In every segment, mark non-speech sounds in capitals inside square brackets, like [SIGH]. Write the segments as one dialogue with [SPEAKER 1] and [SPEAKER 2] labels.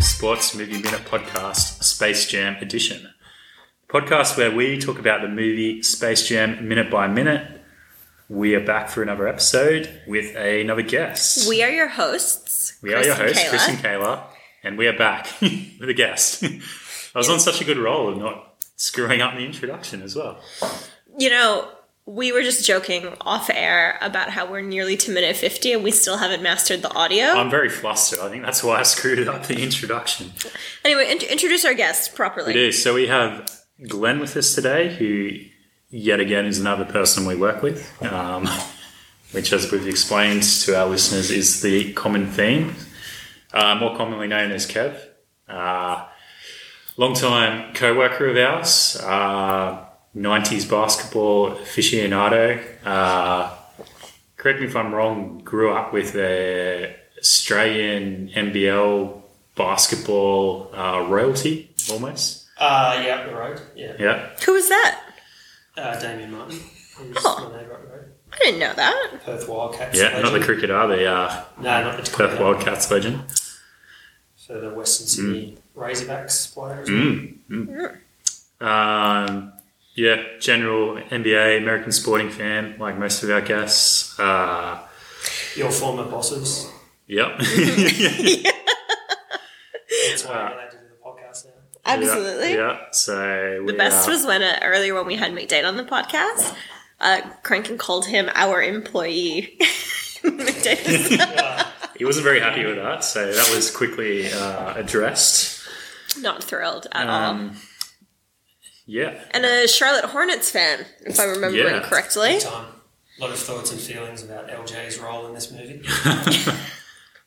[SPEAKER 1] Sports Movie Minute Podcast Space Jam Edition. Podcast where we talk about the movie Space Jam minute by minute. We are back for another episode with another guest.
[SPEAKER 2] We are your hosts.
[SPEAKER 1] We are your
[SPEAKER 2] Chris
[SPEAKER 1] hosts,
[SPEAKER 2] and
[SPEAKER 1] Chris
[SPEAKER 2] Kayla.
[SPEAKER 1] and Kayla, and we are back [LAUGHS] with a guest. [LAUGHS] I was on such a good roll of not screwing up the introduction as well.
[SPEAKER 2] You know, we were just joking off air about how we're nearly to minute 50 and we still haven't mastered the audio.
[SPEAKER 1] I'm very flustered. I think that's why I screwed up the introduction.
[SPEAKER 2] anyway, int- introduce our guest
[SPEAKER 1] We
[SPEAKER 2] properly.
[SPEAKER 1] do. So we have Glenn with us today, who yet again is another person we work with, um, which, as we've explained to our listeners, is the common theme, uh, more commonly known as Kev. Uh, long-time co-worker of ours, uh, 90s basketball aficionado. Uh, correct me if I'm wrong, grew up with the Australian NBL basketball uh, royalty, almost.
[SPEAKER 3] Uh, yeah, up the road. Yeah,
[SPEAKER 1] Yeah.
[SPEAKER 2] Who was that?
[SPEAKER 3] uh, Damien Martin.
[SPEAKER 2] [LAUGHS]
[SPEAKER 3] He's
[SPEAKER 2] Oh.
[SPEAKER 3] my neighbour up the road.
[SPEAKER 2] I didn't know that.
[SPEAKER 3] Perth Wildcats.
[SPEAKER 1] Yeah, not the
[SPEAKER 3] legend.
[SPEAKER 1] cricket are they? Uh,
[SPEAKER 3] No, not the
[SPEAKER 1] Perth
[SPEAKER 3] Perth
[SPEAKER 1] Wildcats legend.
[SPEAKER 3] So the Western Sydney Razorbacks player. isn't it?
[SPEAKER 1] Mm. Mm. Um, yeah, general NBA American sporting fan, like most of our guests. Uh,
[SPEAKER 3] Your former bosses.
[SPEAKER 1] yep.
[SPEAKER 3] That's why
[SPEAKER 1] Ah.
[SPEAKER 3] you're allowed to do the podcast now.
[SPEAKER 2] Absolutely.
[SPEAKER 1] Yeah, [LAUGHS] yeah. so
[SPEAKER 2] The best was when uh, earlier when we had McDade on the podcast, uh, Crankin called him our employee. [LAUGHS] McDade
[SPEAKER 1] [LAUGHS]
[SPEAKER 2] was
[SPEAKER 1] he wasn't very happy with that, so that was quickly uh, addressed.
[SPEAKER 2] not thrilled at all.
[SPEAKER 1] Um, yeah,
[SPEAKER 2] And a Charlotte Hornets fan, if I'm remembering
[SPEAKER 1] Yeah.
[SPEAKER 2] correctly.
[SPEAKER 3] Big time. A lot of thoughts and feelings about LJ's role in this movie.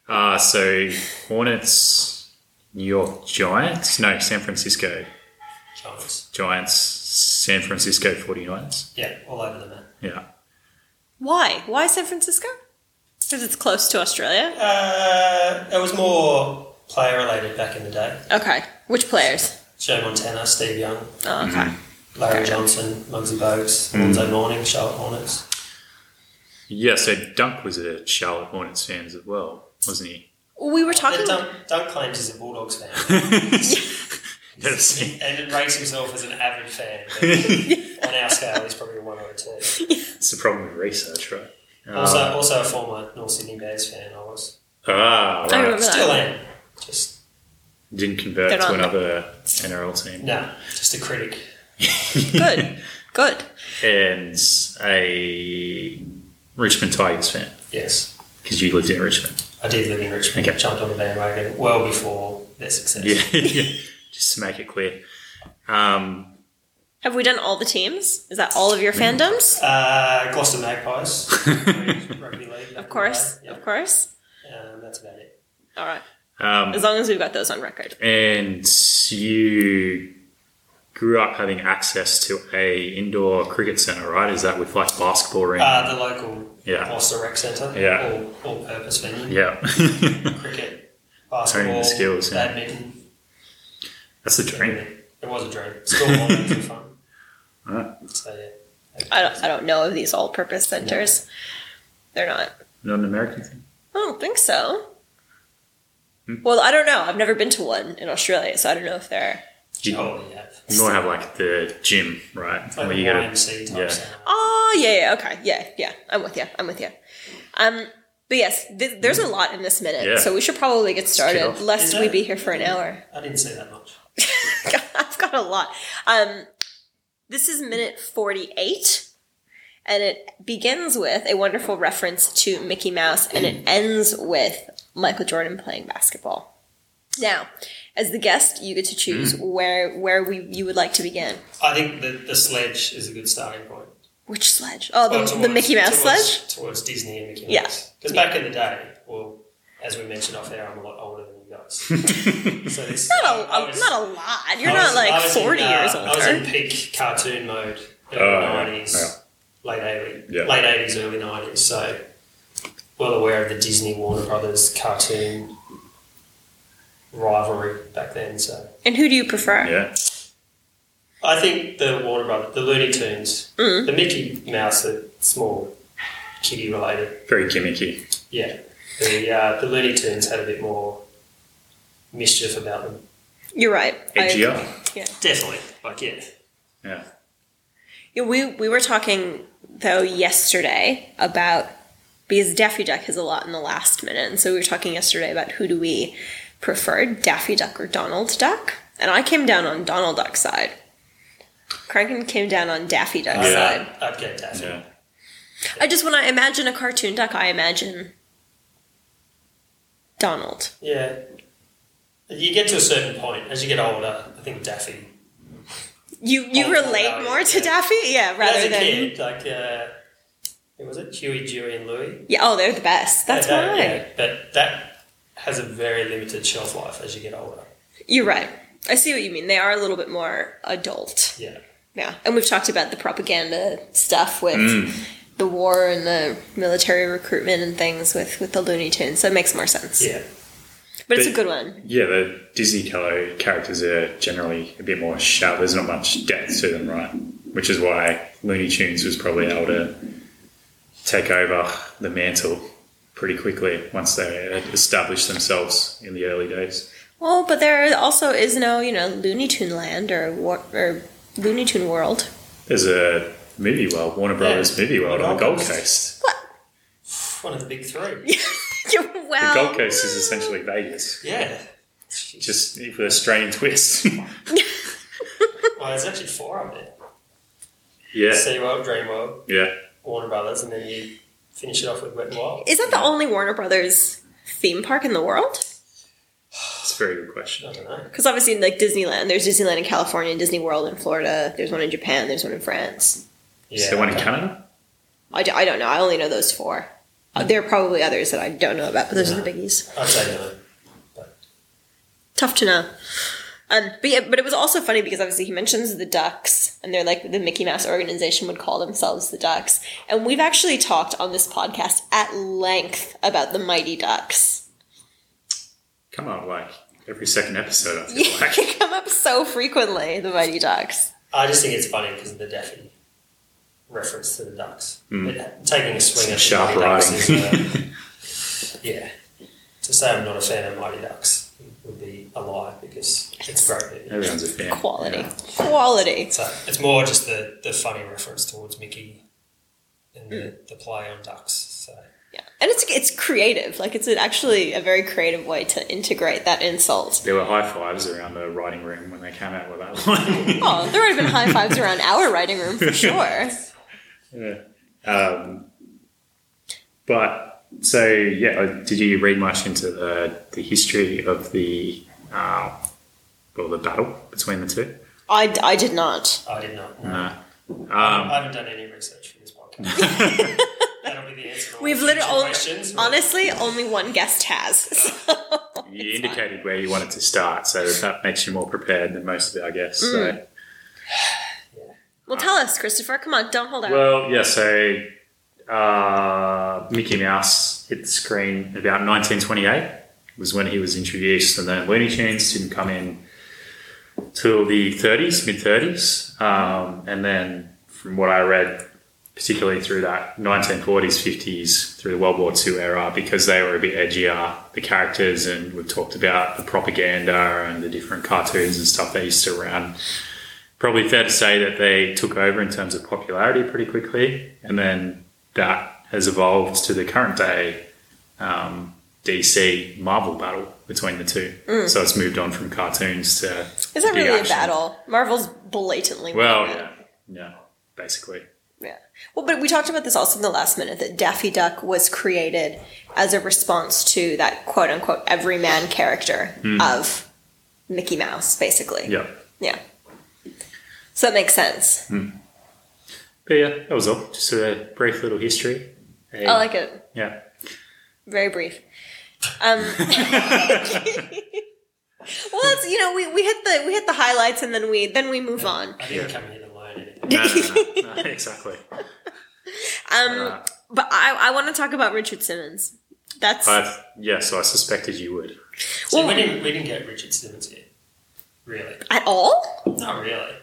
[SPEAKER 1] uh, so Hornets, New York Giants, no, San Francisco
[SPEAKER 3] Giants.
[SPEAKER 1] Giants, San Francisco 49ers.
[SPEAKER 3] Yeah, all over the map.
[SPEAKER 1] Yeah.
[SPEAKER 2] Why? Why San Francisco? Because it's close to Australia.
[SPEAKER 3] Uh, it was more player related back in the day.
[SPEAKER 2] Okay. Which players?
[SPEAKER 3] Joe Montana, Steve Young,
[SPEAKER 2] Oh, okay.
[SPEAKER 3] Larry Johnson, Muggsy Bogues,
[SPEAKER 1] Mm.
[SPEAKER 3] Alonzo Mourning, Charlotte Hornets.
[SPEAKER 1] Yeah, so Dunk was a Charlotte Hornets fan as well, wasn't
[SPEAKER 2] [LAUGHS]
[SPEAKER 1] he?
[SPEAKER 2] We were talking.
[SPEAKER 3] And Dunk, Dunk claims he's a Bulldogs fan.
[SPEAKER 1] Yes. [LAUGHS]
[SPEAKER 3] and it rates himself as an avid fan. But on our scale, he's probably a one or a two.
[SPEAKER 1] It's the problem with research, right?
[SPEAKER 3] Also, also a former North Sydney Bears fan. I was
[SPEAKER 1] Ah,
[SPEAKER 2] I remember
[SPEAKER 1] right.
[SPEAKER 2] that.
[SPEAKER 3] still am. Just
[SPEAKER 1] Didn't convert
[SPEAKER 2] They're
[SPEAKER 1] to
[SPEAKER 2] not-
[SPEAKER 1] another NRL team.
[SPEAKER 3] no, just a critic.
[SPEAKER 2] [LAUGHS] Good. Good.
[SPEAKER 1] And a Richmond Tigers fan,
[SPEAKER 3] Yes,
[SPEAKER 1] because you lived in
[SPEAKER 2] [LAUGHS]
[SPEAKER 1] Richmond.
[SPEAKER 3] I did live in Richmond.
[SPEAKER 1] Okay.
[SPEAKER 3] Jumped on the bandwagon well before their success.
[SPEAKER 1] Yeah, yeah. [LAUGHS] just to make it clear. Um,
[SPEAKER 2] Have we done all the teams? Is that all of your fandoms?
[SPEAKER 3] Uh,
[SPEAKER 1] [LAUGHS]
[SPEAKER 3] Gloucester Magpies, rugby league.
[SPEAKER 2] Of course.
[SPEAKER 3] Yeah.
[SPEAKER 2] Of course.
[SPEAKER 3] Um, that's about it.
[SPEAKER 2] All right.
[SPEAKER 1] um,
[SPEAKER 2] As long as we've got those on record.
[SPEAKER 1] and you grew up having access to a indoor cricket centre, right? Is that with like basketball ring?
[SPEAKER 3] Uh, the local
[SPEAKER 1] Yeah.
[SPEAKER 3] Gloucester Rec Centre.
[SPEAKER 1] Yeah.
[SPEAKER 3] All, all purpose venue.
[SPEAKER 1] yeah. [LAUGHS]
[SPEAKER 3] Cricket,
[SPEAKER 1] Training
[SPEAKER 3] basketball,
[SPEAKER 1] the skills, yeah.
[SPEAKER 3] badminton.
[SPEAKER 1] That's the dream.
[SPEAKER 3] It was a dream. School mornings
[SPEAKER 1] [LAUGHS]
[SPEAKER 3] were fun.
[SPEAKER 1] Right.
[SPEAKER 3] So yeah.
[SPEAKER 2] I don't, I don't know of these all purpose centers. They're not.
[SPEAKER 1] Not an American thing.
[SPEAKER 2] I don't think so. Well, I don't know. I've never been to one in Australia, so I don't know if they're.
[SPEAKER 1] You,
[SPEAKER 3] Totally, yeah.
[SPEAKER 1] you more have like the gym, right?
[SPEAKER 3] Like
[SPEAKER 1] Where
[SPEAKER 3] the
[SPEAKER 1] you gotta-
[SPEAKER 3] YMC type
[SPEAKER 1] yeah.
[SPEAKER 3] centre.
[SPEAKER 2] Oh, yeah, yeah, okay. Yeah, yeah. I'm with you. I'm with you. Um, but yes, th- there's a lot in this minute,
[SPEAKER 1] Yeah.
[SPEAKER 2] so we should probably get started,
[SPEAKER 1] off.
[SPEAKER 2] lest
[SPEAKER 3] Is
[SPEAKER 2] we
[SPEAKER 3] that-
[SPEAKER 2] be here for an
[SPEAKER 3] [LAUGHS]
[SPEAKER 2] hour. [LAUGHS]
[SPEAKER 3] I didn't see that much.
[SPEAKER 2] I've got a lot. Um, this is minute 48, and it begins with a wonderful reference to Mickey Mouse, and it ends with Michael Jordan playing basketball. Now, as the guest, you get to choose
[SPEAKER 1] Mm.
[SPEAKER 2] where where we you would like to begin.
[SPEAKER 3] I think the, the sledge is a good starting point.
[SPEAKER 2] Which sledge? Oh, the,
[SPEAKER 3] Well,
[SPEAKER 2] the
[SPEAKER 3] towards-
[SPEAKER 2] Mickey Mouse
[SPEAKER 3] towards,
[SPEAKER 2] sledge?
[SPEAKER 3] Towards Disney and Mickey
[SPEAKER 2] Yeah.
[SPEAKER 3] Mouse. Because back in the day, well, as we mentioned off air, I'm a lot older than
[SPEAKER 2] [LAUGHS]
[SPEAKER 3] you guys. so this,
[SPEAKER 2] Not
[SPEAKER 3] I
[SPEAKER 2] a,
[SPEAKER 3] was-
[SPEAKER 2] not a lot. You're
[SPEAKER 3] I was-
[SPEAKER 2] not like
[SPEAKER 3] I was in,
[SPEAKER 2] 40
[SPEAKER 3] uh,
[SPEAKER 2] years
[SPEAKER 3] I was in
[SPEAKER 2] older.
[SPEAKER 3] peak cartoon mode, early
[SPEAKER 1] Oh, yeah,
[SPEAKER 3] 90s, late 80s,
[SPEAKER 1] Yeah.
[SPEAKER 3] late 80s, early 90s. So, well aware of the Disney Warner Brothers cartoon rivalry back then. So,
[SPEAKER 2] And who do you prefer?
[SPEAKER 1] [LAUGHS] Yeah.
[SPEAKER 3] I think the Warner Brothers, the Looney Tunes,
[SPEAKER 2] Mm.
[SPEAKER 3] the Mickey Mouse, the small kitty related,
[SPEAKER 1] Very gimmicky.
[SPEAKER 3] yeah. The, uh, the Looney Tunes had a bit more mischief about them.
[SPEAKER 2] You're right. I-
[SPEAKER 1] edgier.
[SPEAKER 2] yeah.
[SPEAKER 3] Definitely. Like, yeah.
[SPEAKER 1] Yeah.
[SPEAKER 2] Yeah, we we were talking though yesterday about because Daffy Duck is a lot in the last minute, and so we were talking yesterday about who do we prefer, Daffy Duck or Donald Duck, and I came down on Donald Duck's side. Kranken came down on Daffy Duck's
[SPEAKER 1] Yeah.
[SPEAKER 2] side.
[SPEAKER 3] I'd get that.
[SPEAKER 1] Yeah.
[SPEAKER 2] I just when I imagine a cartoon duck, I imagine Donald.
[SPEAKER 3] Yeah. You get to a certain point as you get older. I think Daffy.
[SPEAKER 2] You you
[SPEAKER 3] Oh,
[SPEAKER 2] relate
[SPEAKER 3] yeah,
[SPEAKER 2] more to
[SPEAKER 3] yeah.
[SPEAKER 2] Daffy, yeah, rather
[SPEAKER 3] as a
[SPEAKER 2] than
[SPEAKER 3] kid, like, uh, who was it? Huey, Dewey, and Louie.
[SPEAKER 2] yeah. Oh, they're the best. That's
[SPEAKER 3] They- they-
[SPEAKER 2] why.
[SPEAKER 3] yeah, but that has a very limited shelf life as you get older.
[SPEAKER 2] You're right. I see what you mean. They are a little bit more adult.
[SPEAKER 3] Yeah.
[SPEAKER 2] Yeah. And we've talked about the propaganda stuff with
[SPEAKER 3] Mm.
[SPEAKER 2] the war and the military recruitment and things with, with the Looney Tunes. So it makes more sense.
[SPEAKER 3] Yeah.
[SPEAKER 2] But it's a
[SPEAKER 1] But-
[SPEAKER 2] good one.
[SPEAKER 1] Yeah, the Disney color characters are generally a bit more sharp. There's not much depth to them, right? Which is why Looney Tunes was probably able to take over the mantle pretty quickly once they had established themselves in the early days.
[SPEAKER 2] Well, but there also is no, you know, Looney Tune land or war- or Looney Tune world. [LAUGHS]
[SPEAKER 1] There's a movie world, Warner Brothers movie world on the Gold Coast.
[SPEAKER 2] What?
[SPEAKER 3] One of the big three.
[SPEAKER 2] You're
[SPEAKER 1] The
[SPEAKER 2] well.
[SPEAKER 1] Gold Coast is essentially Vegas,
[SPEAKER 3] Yeah.
[SPEAKER 1] just with an Australian [LAUGHS] twist.
[SPEAKER 3] Well, there's actually four of them.
[SPEAKER 1] yeah,
[SPEAKER 3] SeaWorld, DreamWorld,
[SPEAKER 1] yeah.
[SPEAKER 3] Warner Brothers, and then you finish it off with Wet n Wild.
[SPEAKER 2] Is that the only Warner Brothers theme park in the world?
[SPEAKER 1] It's a very good question.
[SPEAKER 3] I don't know.
[SPEAKER 2] Because obviously, in like Disneyland, there's Disneyland in California, and Disney World in Florida. There's one in Japan. There's one in France.
[SPEAKER 1] Is there one in
[SPEAKER 3] okay.
[SPEAKER 1] Canada?
[SPEAKER 2] I, d- I don't know. I only know those four. Uh, There are probably others that I don't know about, but those are the biggies.
[SPEAKER 3] I'd say no.
[SPEAKER 2] Tough to know. Um, but yeah, but it was also funny because obviously he mentions the ducks, and they're like the Mickey Mouse organization would call themselves the ducks, and we've actually talked on this podcast at length about the Mighty Ducks.
[SPEAKER 1] Come on, like every second episode, I
[SPEAKER 2] [LAUGHS]
[SPEAKER 1] feel like.
[SPEAKER 2] they come up so frequently, the Mighty Ducks.
[SPEAKER 3] I just think it's funny because of the Daffy reference to the ducks. It- taking a
[SPEAKER 1] Hmm. Some
[SPEAKER 3] swing at the
[SPEAKER 1] sharp
[SPEAKER 3] Mighty Ducks
[SPEAKER 1] writing.
[SPEAKER 3] is, uh, yeah. To say I'm not a fan of Mighty Ducks would be a lie because it's a great. movie.
[SPEAKER 1] [LAUGHS] Everyone's a fan.
[SPEAKER 2] Quality,
[SPEAKER 1] Yeah.
[SPEAKER 2] quality.
[SPEAKER 3] So it's more just the, the funny reference towards Mickey and
[SPEAKER 1] Hmm.
[SPEAKER 3] the, the play on ducks. So
[SPEAKER 2] Yeah, and it's it's creative. Like it's an, actually a very creative way to integrate that insult.
[SPEAKER 1] There were high fives around the writing room when they came out with that line.
[SPEAKER 2] Oh, there would have been high fives around our writing
[SPEAKER 1] [LAUGHS]
[SPEAKER 2] room for sure.
[SPEAKER 1] um, [LAUGHS] but so yeah, uh, did you read much into the, the history of the uh, well the battle between the two? Uh,
[SPEAKER 2] I, I did not.
[SPEAKER 3] I did not.
[SPEAKER 1] No. um,
[SPEAKER 3] I haven't done any research for
[SPEAKER 1] [LAUGHS]
[SPEAKER 3] this podcast. That'll be the answer. to all
[SPEAKER 2] We've
[SPEAKER 3] future
[SPEAKER 2] literally only,
[SPEAKER 3] questions.
[SPEAKER 2] honestly only one guest has. [LAUGHS] So.
[SPEAKER 1] You indicated where you wanted to start, so that makes you more prepared than most of our guests. So.
[SPEAKER 2] Well, tell us, Christopher. Come on, don't hold out.
[SPEAKER 1] Well, yeah, so uh, Mickey Mouse hit the screen about 1928 was when he was introduced, and then Looney Tunes didn't come in till the 30s, mid 30s, um, and then from what I read, particularly through that 1940s, 50s, through the World War II era, because they were a bit edgier, the characters, and we've talked about the propaganda and the different cartoons and stuff they used to run probably fair to say that they took over in terms of popularity pretty quickly, and then that has evolved to the current day um, DC Marvel battle between the two. So it's moved on from cartoons to
[SPEAKER 2] Mm. Is that
[SPEAKER 1] big
[SPEAKER 2] really a
[SPEAKER 1] action.
[SPEAKER 2] battle? Marvel's blatantly.
[SPEAKER 1] Well,
[SPEAKER 2] winning it.
[SPEAKER 1] yeah, yeah, basically.
[SPEAKER 2] Yeah. Well, but we talked about this also in the last minute that Daffy Duck was created as a response to that quote unquote everyman character of Mickey Mouse, basically.
[SPEAKER 1] Hmm. Yeah, Hmm.
[SPEAKER 2] Yeah. So that makes sense.
[SPEAKER 1] but yeah, that was all. Just a brief little history.
[SPEAKER 2] I Oh, like it. [LAUGHS]
[SPEAKER 1] Yeah,
[SPEAKER 2] very brief. Um, [LAUGHS] well, that's you know we, we hit the we hit the highlights and then we then we move on.
[SPEAKER 3] I didn't come here to learn anything.
[SPEAKER 1] no, no, no, no, exactly.
[SPEAKER 2] Um, but I I want to talk about Richard Simmons. That's
[SPEAKER 1] I, yeah, so I suspected you would.
[SPEAKER 3] So
[SPEAKER 2] Well-
[SPEAKER 3] we didn't we didn't get Richard Simmons here. Really?
[SPEAKER 2] at all.
[SPEAKER 3] Not really.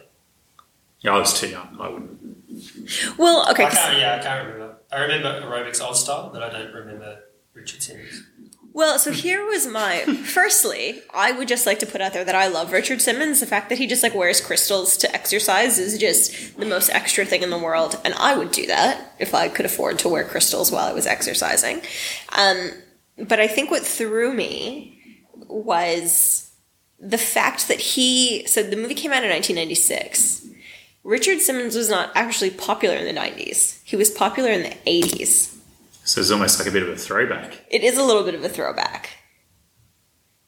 [SPEAKER 1] Yeah, I was too young. I wouldn't.
[SPEAKER 2] Well, okay.
[SPEAKER 3] I
[SPEAKER 2] 'cause-
[SPEAKER 3] can't, yeah, I can't remember. I remember aerobics old style, but I don't remember Richard Simmons.
[SPEAKER 2] Well, so here was my. Firstly, I would just like to put out there that I love Richard Simmons. The fact that he just like wears crystals to exercise is just the most extra thing in the world, and I would do that if I could afford to wear crystals while I was exercising. Um, but I think what threw me was the fact that he. So the movie came out in 1996. Richard Simmons was not actually popular in the 90s. He was popular in the 80s.
[SPEAKER 1] So it's almost like a bit of a throwback.
[SPEAKER 2] It is a little bit of a throwback.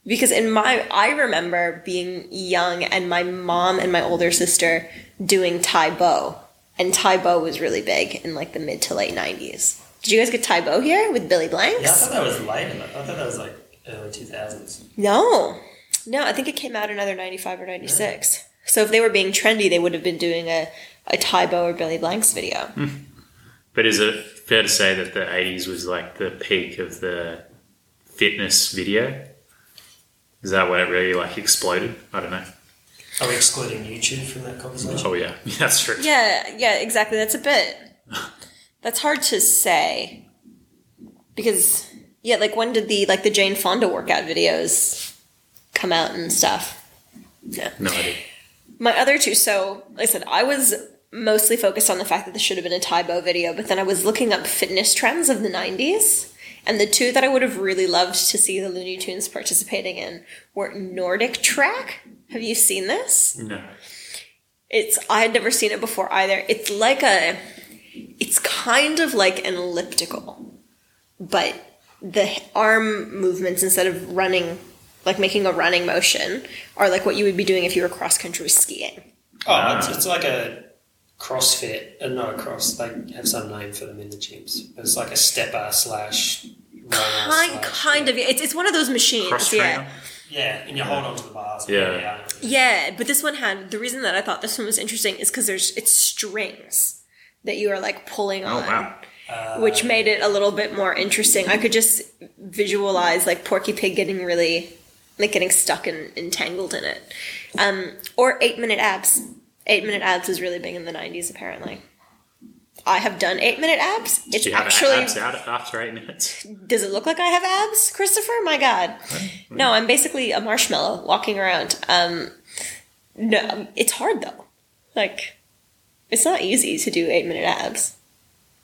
[SPEAKER 2] Because in my I remember being young and my mom and my older sister doing Tai Bo. And Tai Bo was really big in like the mid to late nineties. Did you guys get Tai Bo here with Billy Blanks?
[SPEAKER 3] Yeah, I thought that was later. I thought that was like early 2000s.
[SPEAKER 2] No. No, I think it came out in either ninety five or ninety six. So if they were being trendy, they would have been doing a, a Tai Bo or Billy Blanks video.
[SPEAKER 1] But is it fair to say that the 80s was like the peak of the fitness video? Is that when it really like exploded? I don't know.
[SPEAKER 3] Are we excluding YouTube from that conversation?
[SPEAKER 1] Oh yeah, [LAUGHS] that's true.
[SPEAKER 2] Yeah, yeah, exactly. That's a bit. That's hard to say because yeah, like when did the like the Jane Fonda workout videos come out and stuff? No.
[SPEAKER 1] No idea.
[SPEAKER 2] My other two. So like I said I was mostly focused on the fact that this should have been a Taibo video, but then I was looking up fitness trends of the '90s, and the two that I would have really loved to see the Looney Tunes participating in were Nordic track. Have you seen this?
[SPEAKER 1] No.
[SPEAKER 2] It's I had never seen it before either. It's like a it's kind of like an elliptical, but the arm movements instead of running like making a running motion are like what you would be doing if you were cross country skiing.
[SPEAKER 3] Oh, it's, it's like a CrossFit, uh, not a cross. They have some name for them in the gyms. But it's like a stepper slash. roller
[SPEAKER 2] Kind
[SPEAKER 3] slash-
[SPEAKER 2] kind of it's it's one of those machines.
[SPEAKER 1] Cross
[SPEAKER 2] yeah.
[SPEAKER 1] trainer.
[SPEAKER 3] Yeah, and you hold on to the bars.
[SPEAKER 1] Yeah.
[SPEAKER 2] Yeah, but this one had the reason that I thought this one was interesting is because there's it's strings that you are like pulling
[SPEAKER 1] Oh
[SPEAKER 2] on.
[SPEAKER 1] wow.
[SPEAKER 2] which made it a little bit more interesting. I could just visualize like Porky Pig getting really like getting stuck and entangled in it. Um, or eight minute abs. Eight minute abs was really big in the nineties apparently. I have done eight minute abs. It's
[SPEAKER 1] Do you have
[SPEAKER 2] actually
[SPEAKER 1] abs out after eight minutes?
[SPEAKER 2] does it look like I have abs, Christopher? My God. No, I'm basically a marshmallow walking around. Um, no, um, it's hard though. Like, it's not easy to do eight minute abs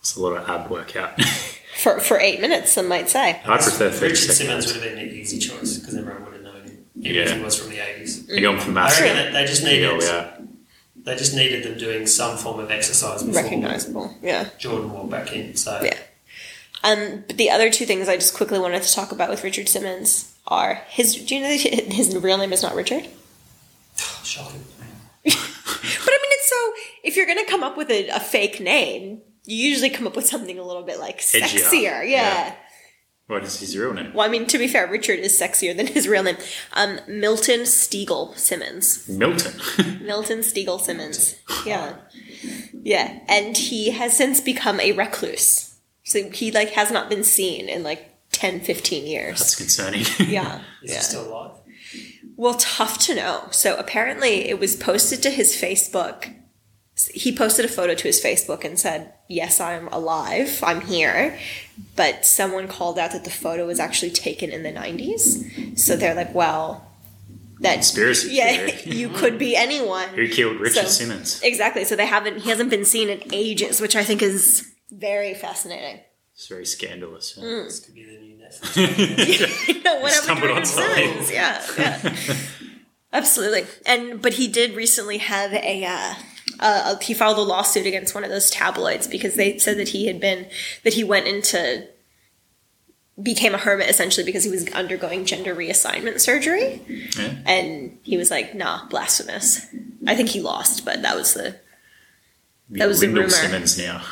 [SPEAKER 1] It's a lot of ab workout. [LAUGHS]
[SPEAKER 2] for for eight minutes. Some might say.
[SPEAKER 1] I prefer thirty
[SPEAKER 3] Richard
[SPEAKER 1] seconds.
[SPEAKER 3] Simmons would have been an easy choice because everyone would have known him, even if
[SPEAKER 1] Yeah.
[SPEAKER 3] he was from the 80s.
[SPEAKER 1] You're going for
[SPEAKER 3] I
[SPEAKER 1] massive.
[SPEAKER 3] reckon that they just
[SPEAKER 1] Yeah,
[SPEAKER 3] needed
[SPEAKER 1] we are.
[SPEAKER 3] they just needed them doing some form of exercise before
[SPEAKER 2] recognizable. Yeah.
[SPEAKER 3] Jordan walked back in. So
[SPEAKER 2] Yeah. Um, but the other two things I just quickly wanted to talk about with Richard Simmons are his. Do you know that [LAUGHS] his real name is not Richard?
[SPEAKER 3] [SIGHS] shocking.
[SPEAKER 2] But I mean, it's so. If you're gonna come up with a, a fake name, you usually come up with something a little bit like
[SPEAKER 1] Edgier.
[SPEAKER 2] sexier. Yeah.
[SPEAKER 1] Yeah. What is his real name?
[SPEAKER 2] Well, I mean, to be fair, Richard is sexier than his real name. Um, Milton Stiegel Simmons.
[SPEAKER 1] Milton. [LAUGHS]
[SPEAKER 2] Milton Stiegel Simmons. Yeah. Yeah. And he has since become a recluse. So he like has not been seen in like 10, 15 years.
[SPEAKER 1] That's concerning.
[SPEAKER 2] Yeah.
[SPEAKER 3] Is he still alive?
[SPEAKER 2] Well, tough to know. So apparently it was posted to his Facebook. He posted a photo to his Facebook and said, Yes, I'm alive. I'm here. But someone called out that the photo was actually taken in the 90s. So they're like, Well,
[SPEAKER 1] [LAUGHS]
[SPEAKER 2] that's.
[SPEAKER 1] Conspiracy
[SPEAKER 2] [LAUGHS] Yeah,
[SPEAKER 1] theory.
[SPEAKER 2] you could be anyone.
[SPEAKER 1] Who killed Richard
[SPEAKER 2] So-
[SPEAKER 1] Simmons?
[SPEAKER 2] Exactly. So they haven't. He hasn't been seen in ages, which I think is very fascinating.
[SPEAKER 1] It's very scandalous. yeah.
[SPEAKER 3] This could be the new Netflix.
[SPEAKER 1] [LAUGHS]
[SPEAKER 2] Mm. no, what happened
[SPEAKER 1] stumbled
[SPEAKER 2] to
[SPEAKER 1] on
[SPEAKER 2] Richard
[SPEAKER 1] something.
[SPEAKER 2] Simmons? Yeah, yeah. absolutely. And but he did recently have a. Uh, uh, he filed a lawsuit against one of those tabloids because they said that he had been that he went into became a hermit essentially because he was undergoing gender reassignment surgery
[SPEAKER 1] Yeah.
[SPEAKER 2] and he was like nah blasphemous i think he lost but that was the [LAUGHS] That was the
[SPEAKER 1] Lyndall
[SPEAKER 2] rumor.
[SPEAKER 1] Simmons now.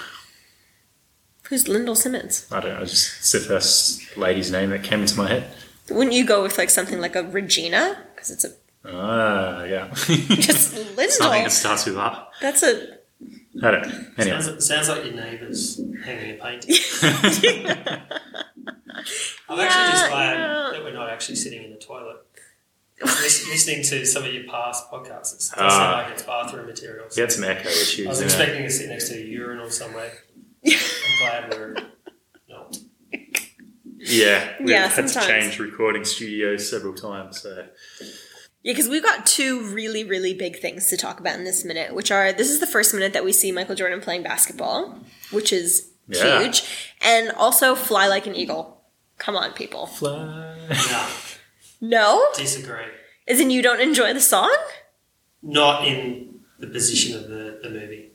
[SPEAKER 2] who's lyndall simmons
[SPEAKER 1] I don't know. Just it's the first lady's name that came into my head.
[SPEAKER 2] Wouldn't you go with like something like a Regina? Because it's a [LAUGHS]
[SPEAKER 1] Ah, yeah. [LAUGHS]
[SPEAKER 2] just
[SPEAKER 1] Something
[SPEAKER 2] Lindell.
[SPEAKER 1] that starts with R.
[SPEAKER 2] That's a
[SPEAKER 1] I don't know. Anyway,
[SPEAKER 3] sounds, sounds like your neighbours hanging a painting.
[SPEAKER 1] [LAUGHS]
[SPEAKER 3] I'm actually just
[SPEAKER 2] Yeah,
[SPEAKER 3] glad
[SPEAKER 2] yeah.
[SPEAKER 3] that we're not actually sitting in the toilet.
[SPEAKER 2] [LAUGHS]
[SPEAKER 3] Lis- listening to some of your past podcasts, it's does
[SPEAKER 1] Ah.
[SPEAKER 3] sound like it's bathroom materials.
[SPEAKER 1] he had some echo
[SPEAKER 3] I was
[SPEAKER 1] issues. yeah.
[SPEAKER 3] expecting to sit next to a urinal somewhere. I'm glad we're not.
[SPEAKER 1] Yeah, we've
[SPEAKER 2] Yeah,
[SPEAKER 1] had to
[SPEAKER 2] sometimes.
[SPEAKER 1] change recording studios several times. So
[SPEAKER 2] Yeah, because we've got two really, really big things to talk about in this minute, which are this is the first minute that we see Michael Jordan playing basketball, which is
[SPEAKER 1] Yeah.
[SPEAKER 2] huge, and also Fly Like an Eagle. Come on, people.
[SPEAKER 1] fly.
[SPEAKER 3] Nah,
[SPEAKER 2] No?
[SPEAKER 3] disagree.
[SPEAKER 2] As in, you don't enjoy the song?
[SPEAKER 3] Not in the position of the, the movie.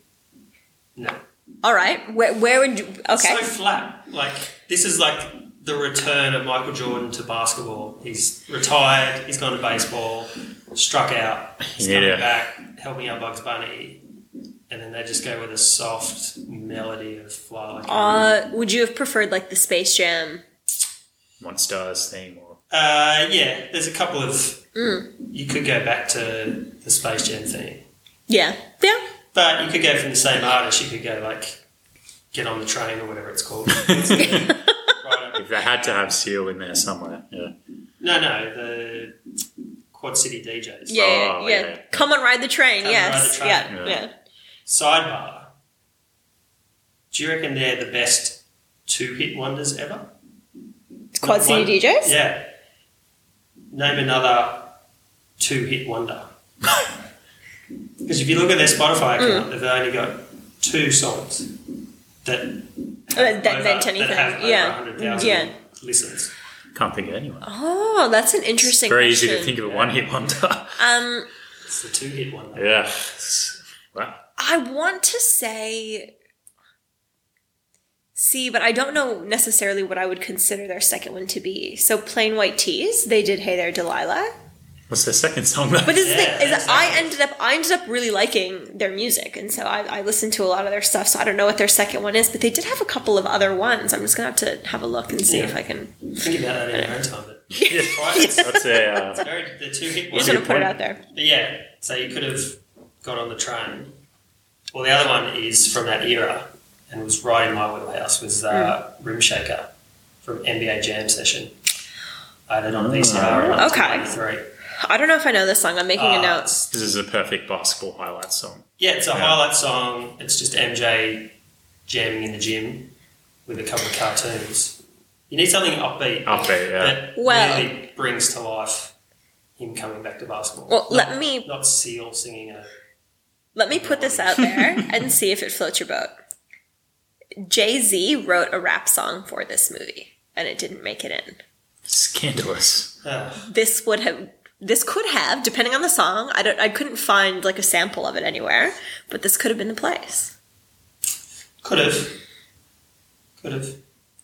[SPEAKER 3] No.
[SPEAKER 2] All right. Where, where would you. Okay.
[SPEAKER 3] So flat. Like this is like the return of Michael Jordan to basketball. He's retired. He's gone to baseball. Struck out. He's
[SPEAKER 1] Yeah.
[SPEAKER 3] coming back. Helping out Bugs Bunny. And then they just go with a soft melody of fly like. a
[SPEAKER 2] Uh, would you have preferred, like, the Space Jam?
[SPEAKER 1] One Stars theme
[SPEAKER 2] [LAUGHS]
[SPEAKER 1] or [LAUGHS]
[SPEAKER 3] Uh, yeah, there's a couple of.
[SPEAKER 2] Mm.
[SPEAKER 3] You could go back to the Space Jam thing,
[SPEAKER 2] Yeah. Yeah.
[SPEAKER 3] but you could go from the same artist. You could go like, get on the train or whatever
[SPEAKER 2] [LAUGHS]
[SPEAKER 3] it's called. right.
[SPEAKER 1] if they had to have Seal in there somewhere. Yeah.
[SPEAKER 3] No, no, the Quad City DJs.
[SPEAKER 2] Yeah, yeah,
[SPEAKER 1] Oh,
[SPEAKER 2] yeah.
[SPEAKER 1] yeah.
[SPEAKER 2] Come on, ride the train.
[SPEAKER 3] Come on,
[SPEAKER 2] yes.
[SPEAKER 3] ride the
[SPEAKER 2] Yeah,
[SPEAKER 3] train.
[SPEAKER 1] Yeah.
[SPEAKER 2] yeah.
[SPEAKER 3] Sidebar. Do you reckon they're the best two-hit wonders ever?
[SPEAKER 2] Quad
[SPEAKER 3] Not
[SPEAKER 2] City
[SPEAKER 3] one-
[SPEAKER 2] DJs?
[SPEAKER 3] Yeah. Name another two hit wonder. Because if you look at their Spotify
[SPEAKER 2] Mm.
[SPEAKER 3] account, they've only got two songs that
[SPEAKER 2] Oh, that
[SPEAKER 3] have
[SPEAKER 2] meant anything.
[SPEAKER 3] That have over
[SPEAKER 2] Yeah.
[SPEAKER 3] 100,000
[SPEAKER 2] Yeah.
[SPEAKER 3] listens.
[SPEAKER 1] Can't think of anyone.
[SPEAKER 2] Oh, that's an interesting
[SPEAKER 1] Very
[SPEAKER 2] question.
[SPEAKER 1] easy to think of a one hit wonder.
[SPEAKER 2] Um,
[SPEAKER 3] It's the two hit
[SPEAKER 1] [LAUGHS]
[SPEAKER 3] wonder.
[SPEAKER 1] yeah. Wow.
[SPEAKER 2] I want to say see, but I don't know necessarily what I would consider their second one to be. So plain white tees, they did Hey There Delilah.
[SPEAKER 1] What's their second song? though?
[SPEAKER 2] But this is the
[SPEAKER 3] Yeah,
[SPEAKER 2] thing is
[SPEAKER 3] exactly.
[SPEAKER 2] I ended up I ended up really liking their music and so I, I listened to a lot of their stuff, so I don't know what their second one is, but they did have a couple of other ones. I'm just gonna have to have a look and see
[SPEAKER 3] Yeah.
[SPEAKER 2] if I can
[SPEAKER 3] Think about that in your own time.
[SPEAKER 2] [LAUGHS]
[SPEAKER 3] But
[SPEAKER 1] Yeah.
[SPEAKER 3] Right?
[SPEAKER 1] [LAUGHS]
[SPEAKER 3] It's
[SPEAKER 1] That's a. Uh,
[SPEAKER 3] very- they're two hit
[SPEAKER 2] I'm just
[SPEAKER 1] it
[SPEAKER 2] gonna
[SPEAKER 1] your
[SPEAKER 2] put it
[SPEAKER 3] wonders.
[SPEAKER 1] point?
[SPEAKER 2] out there.
[SPEAKER 3] But yeah, so you could have got on the train. Well, the other one is from that era and was right in my wheelhouse was uh,
[SPEAKER 2] Hmm.
[SPEAKER 3] Rim Shaker from NBA Jam Session. I had it on VCR. and
[SPEAKER 2] Ah. Okay.
[SPEAKER 3] I was 23.
[SPEAKER 2] I don't know if I know this song, I'm making
[SPEAKER 3] Uh,
[SPEAKER 2] a note.
[SPEAKER 1] this is a perfect basketball highlight song.
[SPEAKER 3] Yeah, it's a
[SPEAKER 1] Yeah.
[SPEAKER 3] highlight song. It's just MJ jamming in the gym with a couple of cartoons. You need something upbeat
[SPEAKER 1] Upbeat, Oh, yeah.
[SPEAKER 3] that
[SPEAKER 2] Well-
[SPEAKER 3] really brings to life him coming back to basketball.
[SPEAKER 2] Well,
[SPEAKER 3] not,
[SPEAKER 2] let me
[SPEAKER 3] not Seal singing a
[SPEAKER 2] Let me put this out there and see if it floats your boat. Jay Z wrote a rap song for this movie, and it didn't make it in.
[SPEAKER 1] Scandalous.
[SPEAKER 3] uh,
[SPEAKER 2] This would have, this could have, depending on the song. I don't, I couldn't find like a sample of it anywhere, but this could have been the place.
[SPEAKER 3] Could have. Could have.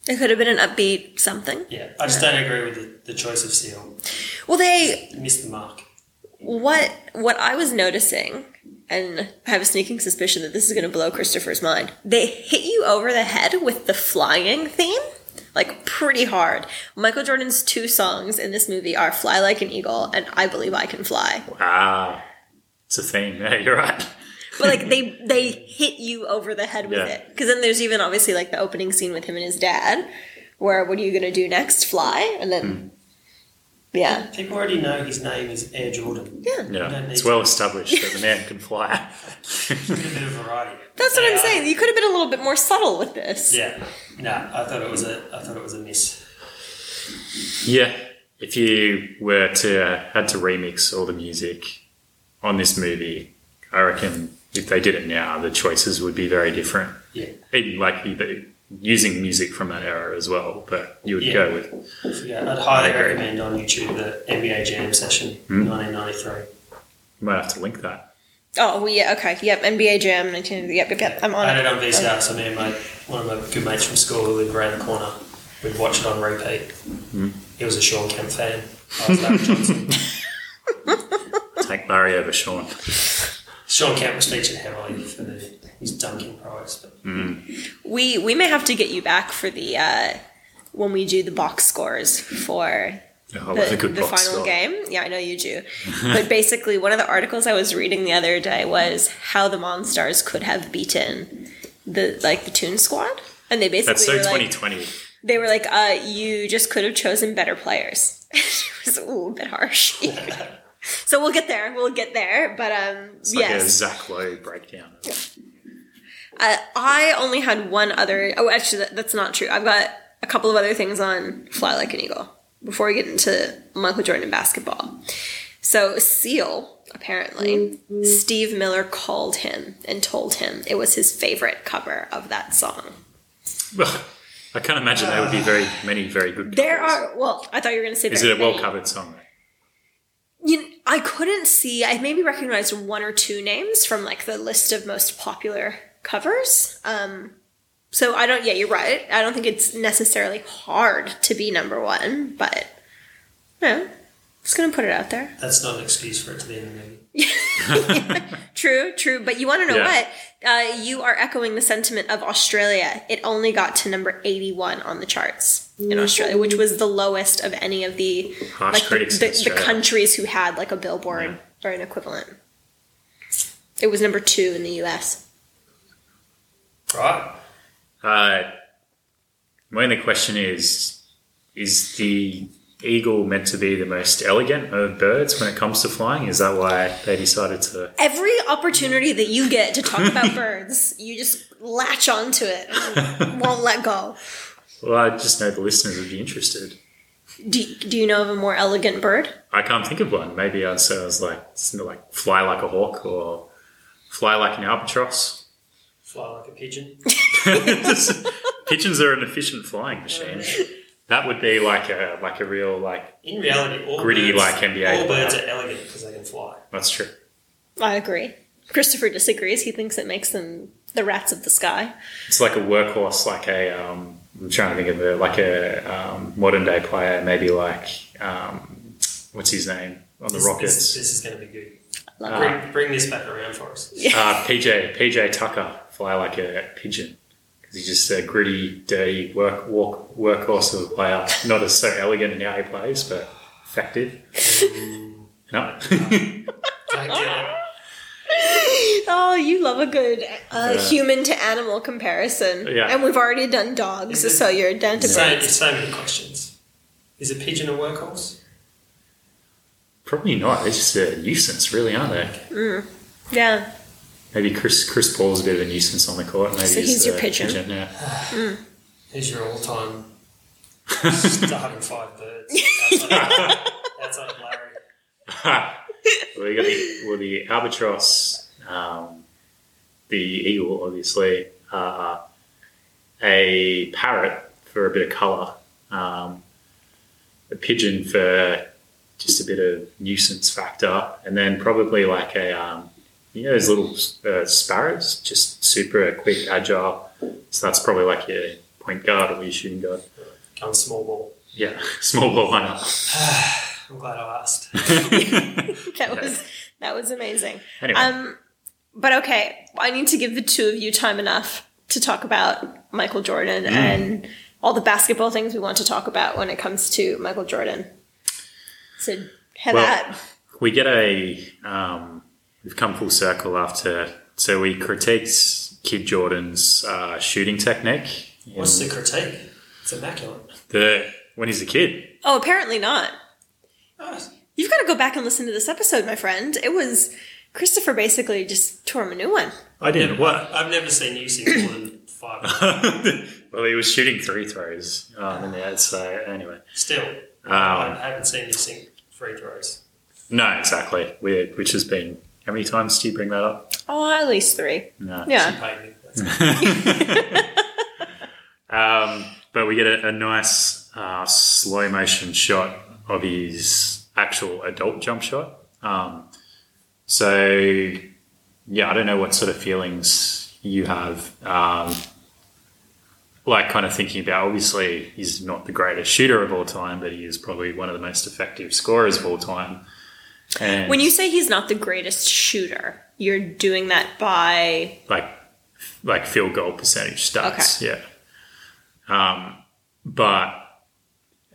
[SPEAKER 2] It could have been an upbeat something.
[SPEAKER 3] Yeah. I just don't agree with the, the choice of seal.
[SPEAKER 2] Well, they
[SPEAKER 3] Missed the mark.
[SPEAKER 2] what what I was noticing, and I have a sneaking suspicion that this is going to blow Christopher's mind. They hit you over the head with the flying theme, like pretty hard. Michael Jordan's two songs in this movie are "Fly Like an Eagle" and "I Believe I Can Fly."
[SPEAKER 1] Wow. It's a theme. [LAUGHS] Yeah, you're right.
[SPEAKER 2] But like they they hit you over the head with
[SPEAKER 1] Yeah.
[SPEAKER 2] it. Because then there's even obviously like the opening scene with him and his dad, where what are you going to do next? Fly, and then yeah,
[SPEAKER 3] People already know his name is Air Jordan.
[SPEAKER 2] yeah.
[SPEAKER 1] Yeah. It's well established that the man can
[SPEAKER 2] [LAUGHS]
[SPEAKER 1] fly.
[SPEAKER 3] Give it a bit of variety.
[SPEAKER 2] That's what I'm
[SPEAKER 3] Yeah.
[SPEAKER 2] saying. You could have been a little bit more subtle with this.
[SPEAKER 3] Yeah. No, I thought it was a I thought it was a miss.
[SPEAKER 1] Yeah, if you were to uh, had to remix all the music on this movie, I reckon if they did it now, the choices would be very different.
[SPEAKER 3] Yeah.
[SPEAKER 1] Even like you- the- using music from that era as well, but you would
[SPEAKER 3] Yeah.
[SPEAKER 1] go with
[SPEAKER 3] So, yeah I'd highly
[SPEAKER 1] I agree.
[SPEAKER 3] recommend on YouTube the NBA Jam session, 1993.
[SPEAKER 1] you might have to link that.
[SPEAKER 2] Oh, well, yeah, okay. Yep, NBA Jam, 19. Yep, yep, yep. I'm
[SPEAKER 3] I
[SPEAKER 2] on
[SPEAKER 3] had
[SPEAKER 2] it. Um,
[SPEAKER 3] it on VCR, so me and my one of my good mates from school who lived around the corner, we'd watch it on repeat. He was a Sean Kemp fan. I was Larry Johnson.
[SPEAKER 1] Take Larry over
[SPEAKER 3] [LAUGHS]
[SPEAKER 1] Sean.
[SPEAKER 3] [LAUGHS] Sean Kemp was featured heavily for the, his Duncan Prize. But
[SPEAKER 2] We we may have to get you back for the uh, when we do the box scores for
[SPEAKER 1] Oh, what
[SPEAKER 2] the,
[SPEAKER 1] a good
[SPEAKER 2] the final
[SPEAKER 1] box score.
[SPEAKER 2] game. Yeah, I know
[SPEAKER 1] [LAUGHS]
[SPEAKER 2] you do. but basically, one of the articles I was reading the other day was how the Monstars could have beaten the like the Toon Squad, and they basically
[SPEAKER 1] That's so
[SPEAKER 2] were like,
[SPEAKER 1] 2020.
[SPEAKER 2] they were like, uh, you just could have chosen better players. [LAUGHS] it was a little bit
[SPEAKER 1] [LAUGHS]
[SPEAKER 2] harsh. so we'll get there. We'll get there. But um,
[SPEAKER 1] It's like a
[SPEAKER 2] yes.
[SPEAKER 1] Zach Lowe breakdown. [LAUGHS]
[SPEAKER 2] Uh, I only had one other. Oh, actually, that, that's not true. I've got a couple of other things on Fly Like an Eagle before we get into Michael Jordan and basketball. So, Seal, apparently, Steve Miller called him and told him it was his favorite cover of that song.
[SPEAKER 1] Well, I can't imagine there would be very many very good.
[SPEAKER 2] There
[SPEAKER 1] covers.
[SPEAKER 2] are, well, I thought you were going to say
[SPEAKER 1] Is
[SPEAKER 2] there
[SPEAKER 1] it a
[SPEAKER 2] are
[SPEAKER 1] well
[SPEAKER 2] many.
[SPEAKER 1] covered song? though?
[SPEAKER 2] You, I couldn't see. I maybe recognized one or two names from like the list of most popular covers. Um, so I don't. Yeah, you're right. I don't think it's necessarily hard to be number one, but no, just gonna put it out there.
[SPEAKER 3] That's not an excuse for it to be in the movie.
[SPEAKER 2] True, true. But you want to know
[SPEAKER 1] Yeah.
[SPEAKER 2] what? Uh, you are echoing the sentiment of Australia. It only got to number 81 on the charts in Australia, which was the lowest of any of the
[SPEAKER 1] Harsh
[SPEAKER 2] like the,
[SPEAKER 1] critics in
[SPEAKER 2] the, the
[SPEAKER 1] Australia.
[SPEAKER 2] countries who had like a billboard or an equivalent. It was number two in the US.
[SPEAKER 3] Right?
[SPEAKER 1] Uh, my only question is: Is the eagle meant to be the most elegant of birds when it comes to flying? Is that why they decided
[SPEAKER 2] [LAUGHS]
[SPEAKER 1] to?
[SPEAKER 2] Every opportunity that you get to
[SPEAKER 1] [LAUGHS]
[SPEAKER 2] talk about birds, you just latch onto it, and won't let go.
[SPEAKER 1] Well, I just know the listeners would be interested.
[SPEAKER 2] Do, do you know of a more elegant bird?
[SPEAKER 1] I can't think of one. Maybe I'd say I was like, something like fly like a hawk or fly like an albatross. [LAUGHS]
[SPEAKER 3] Fly like a pigeon.
[SPEAKER 1] Just- pigeons are an efficient flying machine. That would be like a like a real like
[SPEAKER 3] In reality, all
[SPEAKER 1] Gritty
[SPEAKER 3] birds,
[SPEAKER 1] like NBA.
[SPEAKER 3] all birds are elegant because they can fly.
[SPEAKER 1] that's true.
[SPEAKER 2] I agree. Christopher disagrees. He thinks it makes them the rats of the sky.
[SPEAKER 1] It's like a workhorse, like a um, I'm trying to think of a like a um, modern day player, maybe like um, what's his name on the
[SPEAKER 3] This- This,
[SPEAKER 1] Rockets,
[SPEAKER 3] this is going to be good.
[SPEAKER 2] Love
[SPEAKER 1] Ah.
[SPEAKER 3] Bring, bring this back around for us.
[SPEAKER 1] uh, PJ PJ Tucker, fly like a pigeon. 'Cause He's just a gritty, dirty work walk workhorse of a player. Not as so elegant in how he plays, but effective.
[SPEAKER 3] Um,
[SPEAKER 1] No, [LAUGHS]
[SPEAKER 3] Like, uh,
[SPEAKER 2] it. Oh, you love a good uh,
[SPEAKER 1] Yeah.
[SPEAKER 2] human to animal comparison.
[SPEAKER 1] Yeah.
[SPEAKER 2] And we've already done dogs,
[SPEAKER 3] Is it-
[SPEAKER 2] so you're [LAUGHS] down to
[SPEAKER 3] so,
[SPEAKER 2] birds.
[SPEAKER 3] it's so many questions. Is a pigeon a workhorse?
[SPEAKER 1] probably not. They're just a nuisance, really, aren't they?
[SPEAKER 2] Yeah.
[SPEAKER 1] Maybe Chris Chris Paul's a bit of a nuisance on the court. Maybe
[SPEAKER 2] So he's your
[SPEAKER 1] a
[SPEAKER 2] pigeon.
[SPEAKER 1] yeah.
[SPEAKER 3] Who's your all-time starting five birds? Outside of- outside of Larry.
[SPEAKER 1] Ha! well, you got the, well, the albatross, um, the eagle, obviously, uh, a parrot for a bit of colour, um, a pigeon for just a bit of nuisance factor, and then probably like a, um, you know, those little uh, sparrows, just super quick, agile. So that's probably like your point guard or your shooting guard.
[SPEAKER 3] Going small ball.
[SPEAKER 1] Yeah, [LAUGHS] small ball lineup.
[SPEAKER 3] I'm glad I asked.
[SPEAKER 2] That was that was amazing.
[SPEAKER 1] Anyway.
[SPEAKER 2] Um but okay, I need to give the two of you time enough to talk about Michael Jordan and all the basketball things we want to talk about when it comes to Michael Jordan. So have
[SPEAKER 1] Well,
[SPEAKER 2] at
[SPEAKER 1] we get a um, we've come full circle after so we critiqued kid jordan's uh, shooting technique in
[SPEAKER 3] What's the critique? It's immaculate.
[SPEAKER 1] the when he's a kid
[SPEAKER 2] Oh, apparently not.
[SPEAKER 3] Nice.
[SPEAKER 2] You've got to go back and listen to this episode, my friend. It was Christopher basically just tore him a new one.
[SPEAKER 1] i didn't what [LAUGHS]
[SPEAKER 3] I've never seen you sing more than five.
[SPEAKER 1] well he was shooting three throws um, in the air so anyway
[SPEAKER 3] Still, I
[SPEAKER 1] um,
[SPEAKER 3] haven't seen you sing free throws.
[SPEAKER 1] no exactly we, which has been how many times do you bring that up
[SPEAKER 2] Oh, at least three.
[SPEAKER 1] no
[SPEAKER 3] She
[SPEAKER 2] Yeah.
[SPEAKER 3] paid me. That's-
[SPEAKER 1] Um, but we get a, a nice uh, slow motion shot of his actual adult jump shot. Um, so, yeah, I don't know what sort of feelings you have. Um, like, kind of thinking about obviously, he's not the greatest shooter of all time, but he is probably one of the most effective scorers of all time. And
[SPEAKER 2] When you say he's not the greatest shooter, you're doing that by.
[SPEAKER 1] like like field goal percentage stats, yeah. Um, but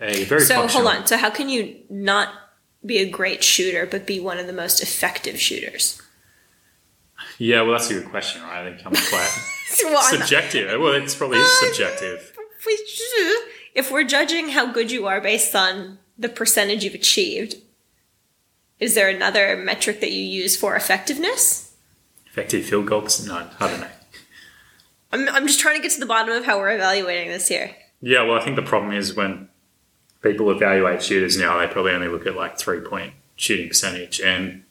[SPEAKER 1] a very
[SPEAKER 2] So hold
[SPEAKER 1] functional-
[SPEAKER 2] on. So, how can you not be a great shooter, but be one of the most effective [LAUGHS] shooters?
[SPEAKER 1] Yeah, well, that's a good question, right? They come flat.
[SPEAKER 2] Well, I'm-
[SPEAKER 1] subjective. Well, it's probably is subjective.
[SPEAKER 2] we- [LAUGHS] if we're judging how good you are based on the percentage you've achieved, is there another metric that you use for effectiveness?
[SPEAKER 1] Effective field goal percent. No, I don't know.
[SPEAKER 2] I'm, I'm just trying to get to the bottom of how we're evaluating this here.
[SPEAKER 1] Yeah, well, I think the problem is when people evaluate shooters now, they probably only look at like three point shooting percentage. And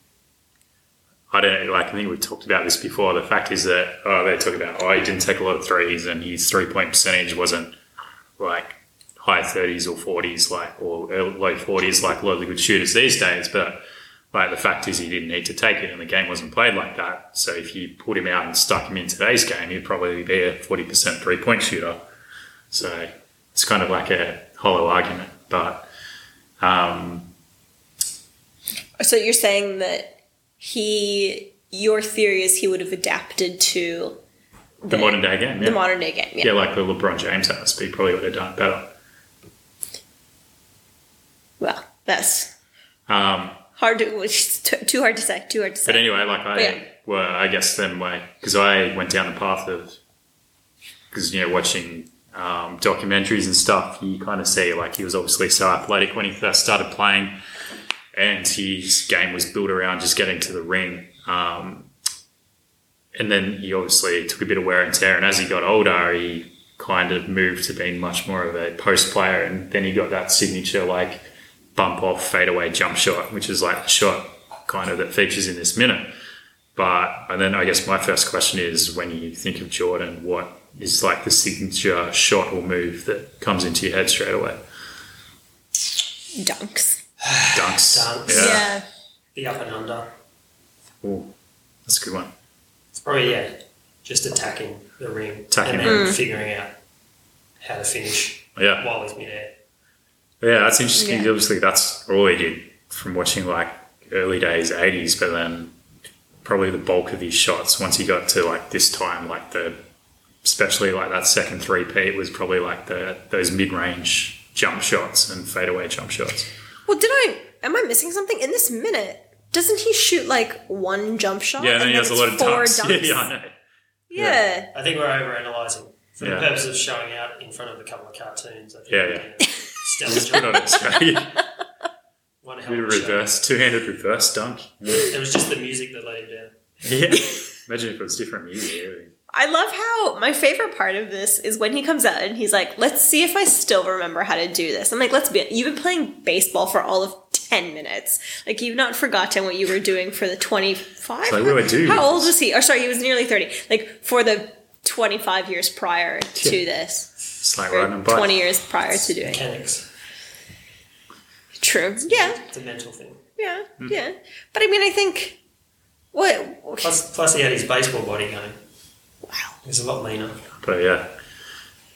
[SPEAKER 1] I don't know, like, I think we've talked about this before. The fact is that, oh, they talk about, oh, he didn't take a lot of threes and his three point percentage wasn't like high 30s or 40s, like, or low 40s, like a lot of the good shooters these days. But like, the fact is he didn't need to take it and the game wasn't played like that. So if you put him out and stuck him in today's game, he'd probably be a 40% three point shooter. So it's kind of like a hollow argument. But um,
[SPEAKER 2] So you're saying that he, your theory is he would have adapted to
[SPEAKER 1] the modern day game, yeah.
[SPEAKER 2] the modern day game. Yeah.
[SPEAKER 1] yeah, like the LeBron James has, but he probably would have done better.
[SPEAKER 2] Well, that's
[SPEAKER 1] Um,
[SPEAKER 2] hard to, it's t- too hard to say. Too hard to say.
[SPEAKER 1] But anyway, like I,
[SPEAKER 2] Yeah.
[SPEAKER 1] well, I guess then my because I went down the path of because you know watching um, documentaries and stuff, you kind of see like he was obviously so athletic when he first started playing, and his game was built around just getting to the ring. Um, and then he obviously took a bit of wear and tear, and as he got older, he kind of moved to being much more of a post player, and then he got that signature like bump off fadeaway jump shot, which is like the shot kind of that features in this minute. But and then I guess my first question is when you think of Jordan, what is like the signature shot or move that comes into your head straight away?
[SPEAKER 2] Dunks.
[SPEAKER 1] Dunks.
[SPEAKER 3] Dunks.
[SPEAKER 1] Yeah.
[SPEAKER 3] The up and under.
[SPEAKER 1] Ooh, that's a good one.
[SPEAKER 3] It's probably, yeah, just attacking the ring
[SPEAKER 1] Attacking
[SPEAKER 3] and
[SPEAKER 1] the
[SPEAKER 3] then figuring out how to finish
[SPEAKER 1] Yeah.
[SPEAKER 3] while he's midair.
[SPEAKER 1] Yeah, that's interesting. 'cause
[SPEAKER 2] Yeah.
[SPEAKER 1] Obviously, that's all he did from watching like early days, 80s, but then probably the bulk of his shots once he got to like this time, like the especially like that second three P, was probably like the those mid range jump shots and fadeaway jump shots.
[SPEAKER 2] Well, did I? Am I missing something in this minute? Doesn't he shoot like one jump shot?
[SPEAKER 1] Yeah, and then he has a
[SPEAKER 2] it's
[SPEAKER 1] lot of
[SPEAKER 2] four
[SPEAKER 1] dunks. [LAUGHS] Yeah,
[SPEAKER 2] dunks?
[SPEAKER 1] yeah, I know.
[SPEAKER 2] Yeah.
[SPEAKER 3] I think we're overanalyzing for
[SPEAKER 1] Yeah.
[SPEAKER 3] the purpose of showing out in front of a couple of cartoons. I think
[SPEAKER 1] Yeah,
[SPEAKER 3] we're
[SPEAKER 1] yeah.
[SPEAKER 3] doing a Stellar
[SPEAKER 1] We're
[SPEAKER 3] job.
[SPEAKER 1] not Australian.
[SPEAKER 3] [LAUGHS] One hell
[SPEAKER 1] We
[SPEAKER 3] of a show.
[SPEAKER 1] [LAUGHS] reverse two handed reverse dunk.
[SPEAKER 3] It was just the music that let him down.
[SPEAKER 1] Yeah. Imagine if it was different music. it would
[SPEAKER 2] I love how my favorite part of this is when he comes out and he's like, "Let's see if I still remember how to do this." I'm like, "Let's be you've been playing baseball for all of 10 minutes. Like you've not forgotten what you were doing for the 25."
[SPEAKER 1] Like, what do I do?
[SPEAKER 2] How old was he? Or sorry, he was nearly 30. Like for the 25 years prior to this.
[SPEAKER 1] It's like riding a
[SPEAKER 2] Or
[SPEAKER 1] bike.
[SPEAKER 2] 20 years prior to doing. it.
[SPEAKER 3] Mechanics.
[SPEAKER 2] True. Yeah.
[SPEAKER 3] It's a mental thing.
[SPEAKER 2] Yeah.
[SPEAKER 1] Hmm.
[SPEAKER 2] Yeah. But I mean, I think what
[SPEAKER 3] Plus, plus he had his baseball body going.
[SPEAKER 2] wow.
[SPEAKER 3] He was a lot leaner.
[SPEAKER 1] But yeah,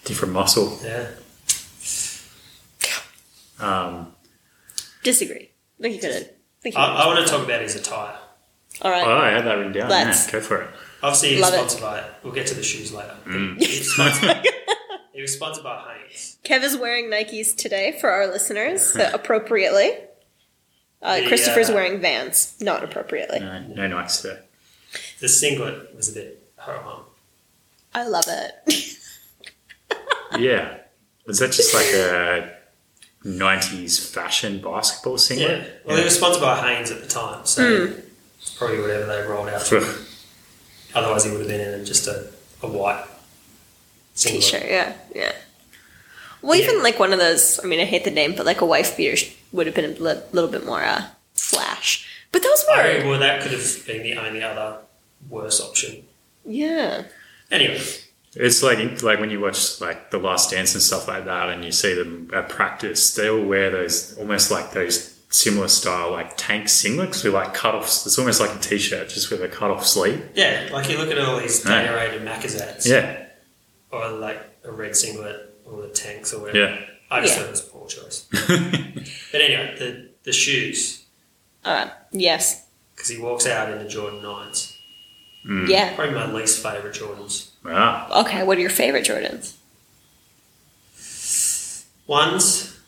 [SPEAKER 1] different muscle.
[SPEAKER 3] Yeah.
[SPEAKER 1] Um,
[SPEAKER 2] Disagree. I think he could have. Think he
[SPEAKER 3] I,
[SPEAKER 2] could've.
[SPEAKER 3] I want to talk about his attire.
[SPEAKER 2] All right.
[SPEAKER 1] oh, I had that written down. Yeah,
[SPEAKER 2] Let's-
[SPEAKER 1] go for it.
[SPEAKER 3] Obviously, he was
[SPEAKER 2] Love it.
[SPEAKER 3] sponsored by. We'll get to the shoes later.
[SPEAKER 1] Mm.
[SPEAKER 2] [LAUGHS]
[SPEAKER 3] He, was sponsored, he was sponsored by Haynes.
[SPEAKER 2] Kev is wearing Nikes today for our listeners,
[SPEAKER 3] [LAUGHS]
[SPEAKER 2] so appropriately. Uh,
[SPEAKER 3] The,
[SPEAKER 2] Christopher's
[SPEAKER 3] uh,
[SPEAKER 2] wearing Vans, not appropriately.
[SPEAKER 1] No, no nights today.
[SPEAKER 3] The singlet was a bit ho
[SPEAKER 2] I love it.
[SPEAKER 1] Yeah. Was that just like a 90s fashion basketball
[SPEAKER 3] Yeah.
[SPEAKER 1] singlet?
[SPEAKER 3] Well, he was sponsored by Haynes at the time, so
[SPEAKER 2] Hmm.
[SPEAKER 3] it's probably whatever they rolled out.
[SPEAKER 1] Yeah.
[SPEAKER 3] Otherwise, he would have been in just a, a white
[SPEAKER 2] [LAUGHS]
[SPEAKER 3] singlet.
[SPEAKER 2] T-shirt, yeah, yeah. Well, even like one of those. I mean, I hate the name, but like a wife beater sh- would have been a li- little bit more uh, flash. But those were,
[SPEAKER 3] Oh, well, that could have been the only other worse option.
[SPEAKER 2] yeah.
[SPEAKER 3] Anyway,
[SPEAKER 1] It's like like when you watch like The Last Dance and stuff like that, and you see them at practice. They all wear those almost like those similar style like tank singlets with like cut offs. It's almost like a t-shirt just with a cut off sleeve.
[SPEAKER 3] yeah, like you look at all these
[SPEAKER 1] Right.
[SPEAKER 3] decorated Macca's ads,
[SPEAKER 1] Yeah,
[SPEAKER 3] or like a red singlet, or the tanks, or whatever.
[SPEAKER 1] yeah.
[SPEAKER 3] I just
[SPEAKER 2] Yeah.
[SPEAKER 3] thought it was a poor choice. but anyway, the, the shoes,
[SPEAKER 2] Uh, yes,
[SPEAKER 3] because he walks out in the Jordan 9s. Hmm.
[SPEAKER 2] yeah.
[SPEAKER 3] Probably my least favourite Jordans.
[SPEAKER 1] [LAUGHS] wow.
[SPEAKER 2] Okay, what are your favorite Jordans?
[SPEAKER 3] Ones,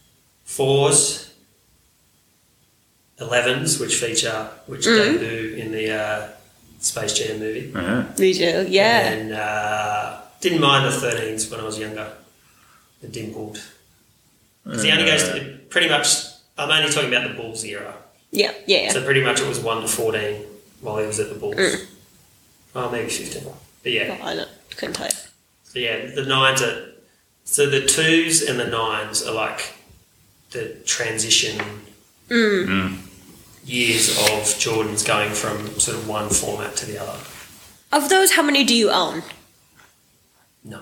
[SPEAKER 3] fours, 11s, which feature, which
[SPEAKER 2] Mm.
[SPEAKER 3] debut in the uh, Space Jam movie.
[SPEAKER 1] Uh-huh.
[SPEAKER 2] We do, yeah.
[SPEAKER 3] And uh, didn't mind the 13s when I was younger. The dimpled. 'Cause he only goes to the- pretty much, I'm only talking about the Bulls era.
[SPEAKER 2] yeah, yeah, yeah.
[SPEAKER 3] So pretty much it was 1 to 14 while he was at the Bulls.
[SPEAKER 2] Mm.
[SPEAKER 3] Oh, maybe 15. But yeah.
[SPEAKER 2] Oh, I don't, couldn't tell you.
[SPEAKER 3] So yeah, the 9s are So the twos and the nines are like the transition
[SPEAKER 2] Mm.
[SPEAKER 1] Mm.
[SPEAKER 3] years of Jordan's going from sort of one format to the other.
[SPEAKER 2] Of those, how many do you own?
[SPEAKER 3] No.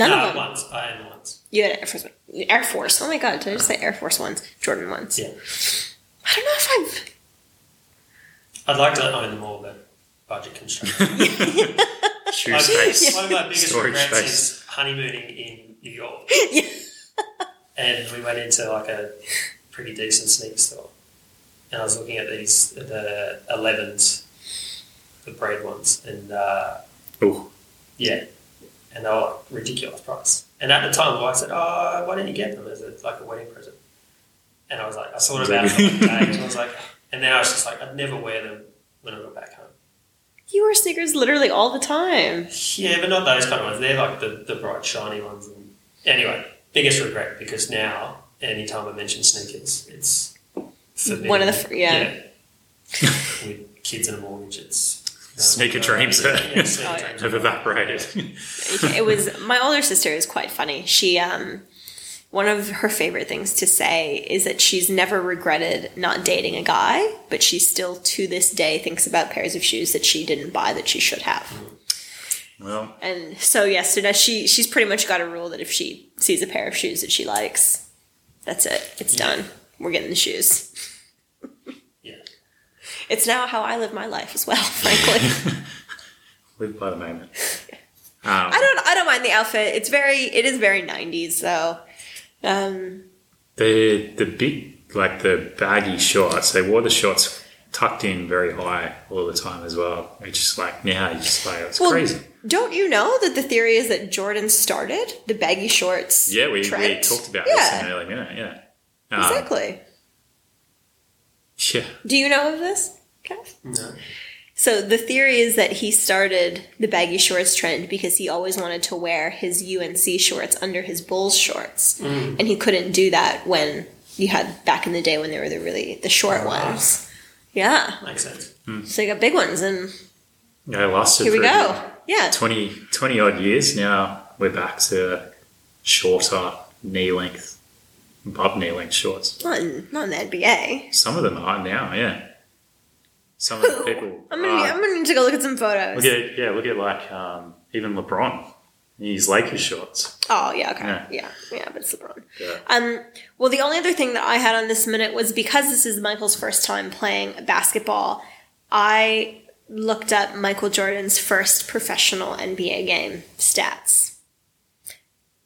[SPEAKER 2] None
[SPEAKER 3] no,
[SPEAKER 2] of them.
[SPEAKER 3] once. I own once.
[SPEAKER 2] You had Air Force One. Air Force. Oh my god, did I just say Air Force Ones? Jordan Ones.
[SPEAKER 3] Yeah.
[SPEAKER 2] I don't know if
[SPEAKER 3] I'd like to own them all, but budget
[SPEAKER 1] [LAUGHS]
[SPEAKER 3] constraints.
[SPEAKER 1] Shoe
[SPEAKER 3] [LAUGHS] My-
[SPEAKER 1] space.
[SPEAKER 3] One of my biggest
[SPEAKER 1] Storage
[SPEAKER 3] regrets
[SPEAKER 1] space.
[SPEAKER 3] is honeymooning in New York.
[SPEAKER 2] [LAUGHS] Yeah.
[SPEAKER 3] And we went into like a pretty decent sneaker store. And I was looking at these, the 11s, the braid ones. And uh,
[SPEAKER 1] Ooh, [LAUGHS]
[SPEAKER 3] yeah, and they were like ridiculous price. And at the time, I said, oh, why don't you get them as a, like a wedding present? And I was like, I thought about it for like days. And I was like, and then I was just like, I'd never wear them when I got back home.
[SPEAKER 2] you wear sneakers literally all the time.
[SPEAKER 3] Yeah, but not those kind of ones. They're like the, the bright, shiny ones. And anyway, biggest regret because now, anytime I mention sneakers, it's forbidden.
[SPEAKER 2] One of the fr- yeah.
[SPEAKER 3] [LAUGHS] With kids and a mortgage, it's
[SPEAKER 1] Sneaker dreams,
[SPEAKER 3] Yeah,
[SPEAKER 1] eh?
[SPEAKER 3] sneaker
[SPEAKER 2] Oh, yeah.
[SPEAKER 3] dreams.
[SPEAKER 1] have evaporated. [LAUGHS]
[SPEAKER 2] it was my older sister is quite funny. She um one of her favorite things to say is that she's never regretted not dating a guy, but she still to this day thinks about pairs of shoes that she didn't buy that she should have.
[SPEAKER 1] well,
[SPEAKER 2] And so yes, so now she she's pretty much got a rule that if she sees a pair of shoes that she likes, that's it. It's done. We're getting the shoes.
[SPEAKER 3] Yeah.
[SPEAKER 2] It's now how I live my life as well, [LAUGHS] frankly.
[SPEAKER 1] live by the moment.
[SPEAKER 2] I
[SPEAKER 1] Um,
[SPEAKER 2] don't I don't mind the outfit. It's very it is very 90s though. Um
[SPEAKER 1] the the big like the baggy shorts. They wore the shorts tucked in very high all the time as well. It's just like now you just like it's
[SPEAKER 2] well,
[SPEAKER 1] crazy.
[SPEAKER 2] Don't you know that the theory is that Jordan started the baggy shorts?
[SPEAKER 1] Yeah, we, we
[SPEAKER 2] trend?
[SPEAKER 1] talked about
[SPEAKER 2] yeah,
[SPEAKER 1] this in an early minute. Yeah. Um,
[SPEAKER 2] Exactly.
[SPEAKER 1] Yeah.
[SPEAKER 2] Do you know of this? Kath?
[SPEAKER 3] No.
[SPEAKER 2] So the theory is that he started the baggy shorts trend because he always wanted to wear his UNC shorts under his Bulls shorts,
[SPEAKER 1] Mm.
[SPEAKER 2] and he couldn't do that when you had back in the day when they were the really the short
[SPEAKER 1] Oh,
[SPEAKER 3] wow.
[SPEAKER 2] ones. Yeah,
[SPEAKER 3] Makes sense.
[SPEAKER 2] so you got big ones, and
[SPEAKER 1] They lasted
[SPEAKER 2] here we
[SPEAKER 1] for
[SPEAKER 2] go. Yeah,
[SPEAKER 1] 20, 20 odd years. Now we're back to shorter knee length, above knee length shorts.
[SPEAKER 2] not in, not in the NBA.
[SPEAKER 1] Some of them are now, yeah. Some of the
[SPEAKER 2] [LAUGHS]
[SPEAKER 1] people.
[SPEAKER 2] I'm gonna,
[SPEAKER 1] are.
[SPEAKER 2] I'm gonna need to go look at some photos.
[SPEAKER 1] Look at yeah, look at like um, even LeBron. He's Lakers shorts.
[SPEAKER 2] Oh yeah, okay, yeah,
[SPEAKER 1] Yeah.
[SPEAKER 2] yeah, but it's LeBron.
[SPEAKER 1] Yeah.
[SPEAKER 2] Um, well, the only other thing that I had on this minute was because this is Michael's first time playing basketball. I looked up Michael Jordan's first professional NBA game stats.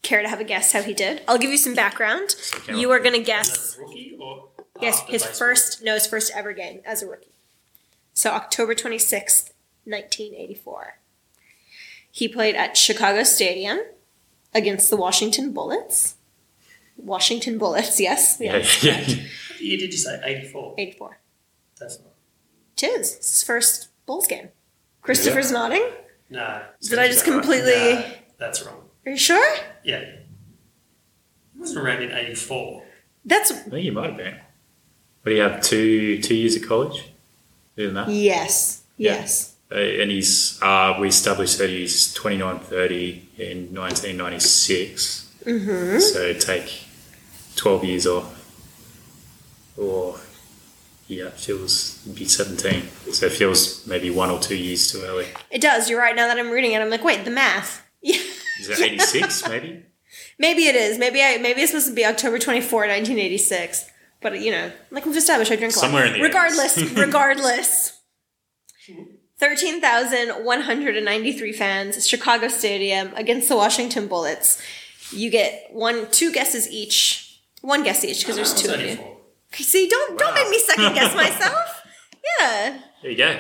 [SPEAKER 2] Care to have a guess how he did? I'll give you some background.
[SPEAKER 1] Okay.
[SPEAKER 2] You are gonna
[SPEAKER 3] Is
[SPEAKER 2] guess.
[SPEAKER 3] that rookie or
[SPEAKER 2] Yes,
[SPEAKER 3] after
[SPEAKER 2] his
[SPEAKER 3] baseball?
[SPEAKER 2] first no, his first ever game as a rookie. So October twenty sixth, nineteen eighty four. He played at Chicago Stadium against the Washington Bullets. Washington Bullets, yes,
[SPEAKER 1] Yeah,
[SPEAKER 2] yes,
[SPEAKER 1] [LAUGHS] yeah.
[SPEAKER 3] What year did you say? 84.
[SPEAKER 2] eighty four.
[SPEAKER 3] That's not.
[SPEAKER 2] Tis it's his first Bulls game. Christopher's nodding.
[SPEAKER 3] No.
[SPEAKER 2] Did I just
[SPEAKER 1] Yeah.
[SPEAKER 2] completely?
[SPEAKER 3] No, that's wrong.
[SPEAKER 2] Are you sure?
[SPEAKER 3] Yeah. It wasn't around in 84.
[SPEAKER 2] That's
[SPEAKER 1] I think he might have been. But he had two two years at college. Even that.
[SPEAKER 2] yes,
[SPEAKER 1] Yeah.
[SPEAKER 2] yes.
[SPEAKER 1] Uh, and he's uh, we established that he's 29 30 in 1996 mm-hmm. so take 12 years off or yeah feels it'd be 17 so it feels maybe one or two years too early
[SPEAKER 2] It does. You're right. Now that I'm reading it, I'm like, wait, the math. [LAUGHS] Yeah.
[SPEAKER 1] is it 86 [LAUGHS] maybe
[SPEAKER 2] Maybe it is. Maybe I maybe it's supposed to be October 24, 1986. But you know, like we've established, I drink a lot.
[SPEAKER 1] Somewhere in the
[SPEAKER 2] regardless,
[SPEAKER 1] [LAUGHS]
[SPEAKER 2] regardless. Thirteen thousand one hundred and ninety-three fans, Chicago Stadium against the Washington Bullets. You get one, two guesses each. One guess each because there's
[SPEAKER 3] It's
[SPEAKER 2] two of you.
[SPEAKER 3] 84.
[SPEAKER 2] Okay, See, don't don't
[SPEAKER 1] Wow.
[SPEAKER 2] make me
[SPEAKER 1] [LAUGHS]
[SPEAKER 2] second guess myself. Yeah,
[SPEAKER 1] there you go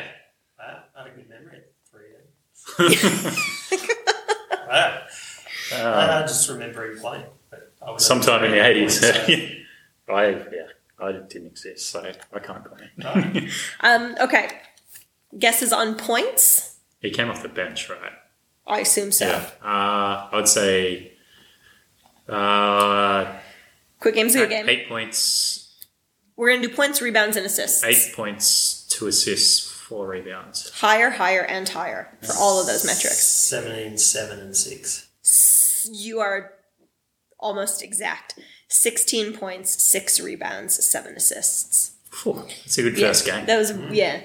[SPEAKER 3] Wow, I had a good memory at three then.
[SPEAKER 2] [LAUGHS]
[SPEAKER 3] wow. I just remember him playing. But I was
[SPEAKER 1] Um,
[SPEAKER 3] uh,
[SPEAKER 1] sometime in the [LAUGHS] 80s
[SPEAKER 3] So,
[SPEAKER 1] i yeah i didn't exist so i can't comment
[SPEAKER 3] Alright.
[SPEAKER 2] Um. Okay. Guesses on points.
[SPEAKER 1] he came off the bench right
[SPEAKER 2] I assume so.
[SPEAKER 1] Yeah. Uh, I'd say uh,
[SPEAKER 2] Quick game's a good game.
[SPEAKER 1] eight points,
[SPEAKER 2] We're gonna do points, rebounds, and assists.
[SPEAKER 1] eight points, two assists, four rebounds.
[SPEAKER 2] Higher, higher, and higher for all of those metrics.
[SPEAKER 3] 17, 7, and 6.
[SPEAKER 2] You are almost exact 16 points, six rebounds, seven assists.
[SPEAKER 1] Phew, It's a good
[SPEAKER 2] Yeah,
[SPEAKER 1] first game.
[SPEAKER 2] That was, yeah.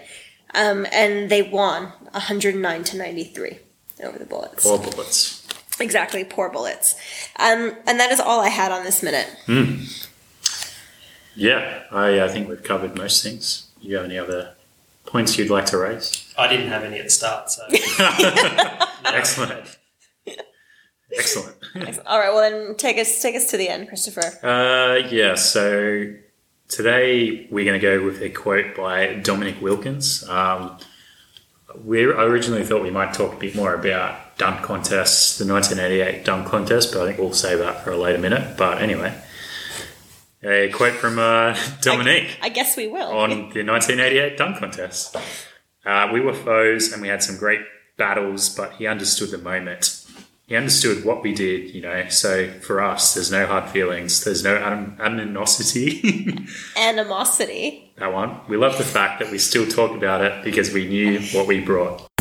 [SPEAKER 2] Um, and they won 109 to 93 over the Bullets.
[SPEAKER 1] Four bullets.
[SPEAKER 2] Exactly, poor Bullets. Um, and that is all I had on this minute.
[SPEAKER 1] Yeah, I, I think we've covered most things. You have any other points you'd like to raise?
[SPEAKER 3] I didn't have any at the
[SPEAKER 2] [LAUGHS]
[SPEAKER 3] start, so
[SPEAKER 2] Uh,
[SPEAKER 1] Excellent. Excellent.
[SPEAKER 2] [LAUGHS] all right, well, then take us, take us to the end, Christopher.
[SPEAKER 1] Uh, yeah, so today we're going to go with a quote by Dominic Wilkins. Um, we I originally thought we might talk a bit more about dunk contests, the 1988 dunk contest, but I think we'll save that for a later minute. But anyway, a quote from uh, [LAUGHS] Dominic
[SPEAKER 2] I guess we will.
[SPEAKER 1] on the 1988 dunk contest. Uh, we were foes and we had some great battles, but he understood the moment. He understood what we did, you know. So for us, there's no hard feelings. There's no anim- animosity. [LAUGHS]
[SPEAKER 2] Animosity.
[SPEAKER 1] that one. We love the fact that we still talk about it because we knew what we brought.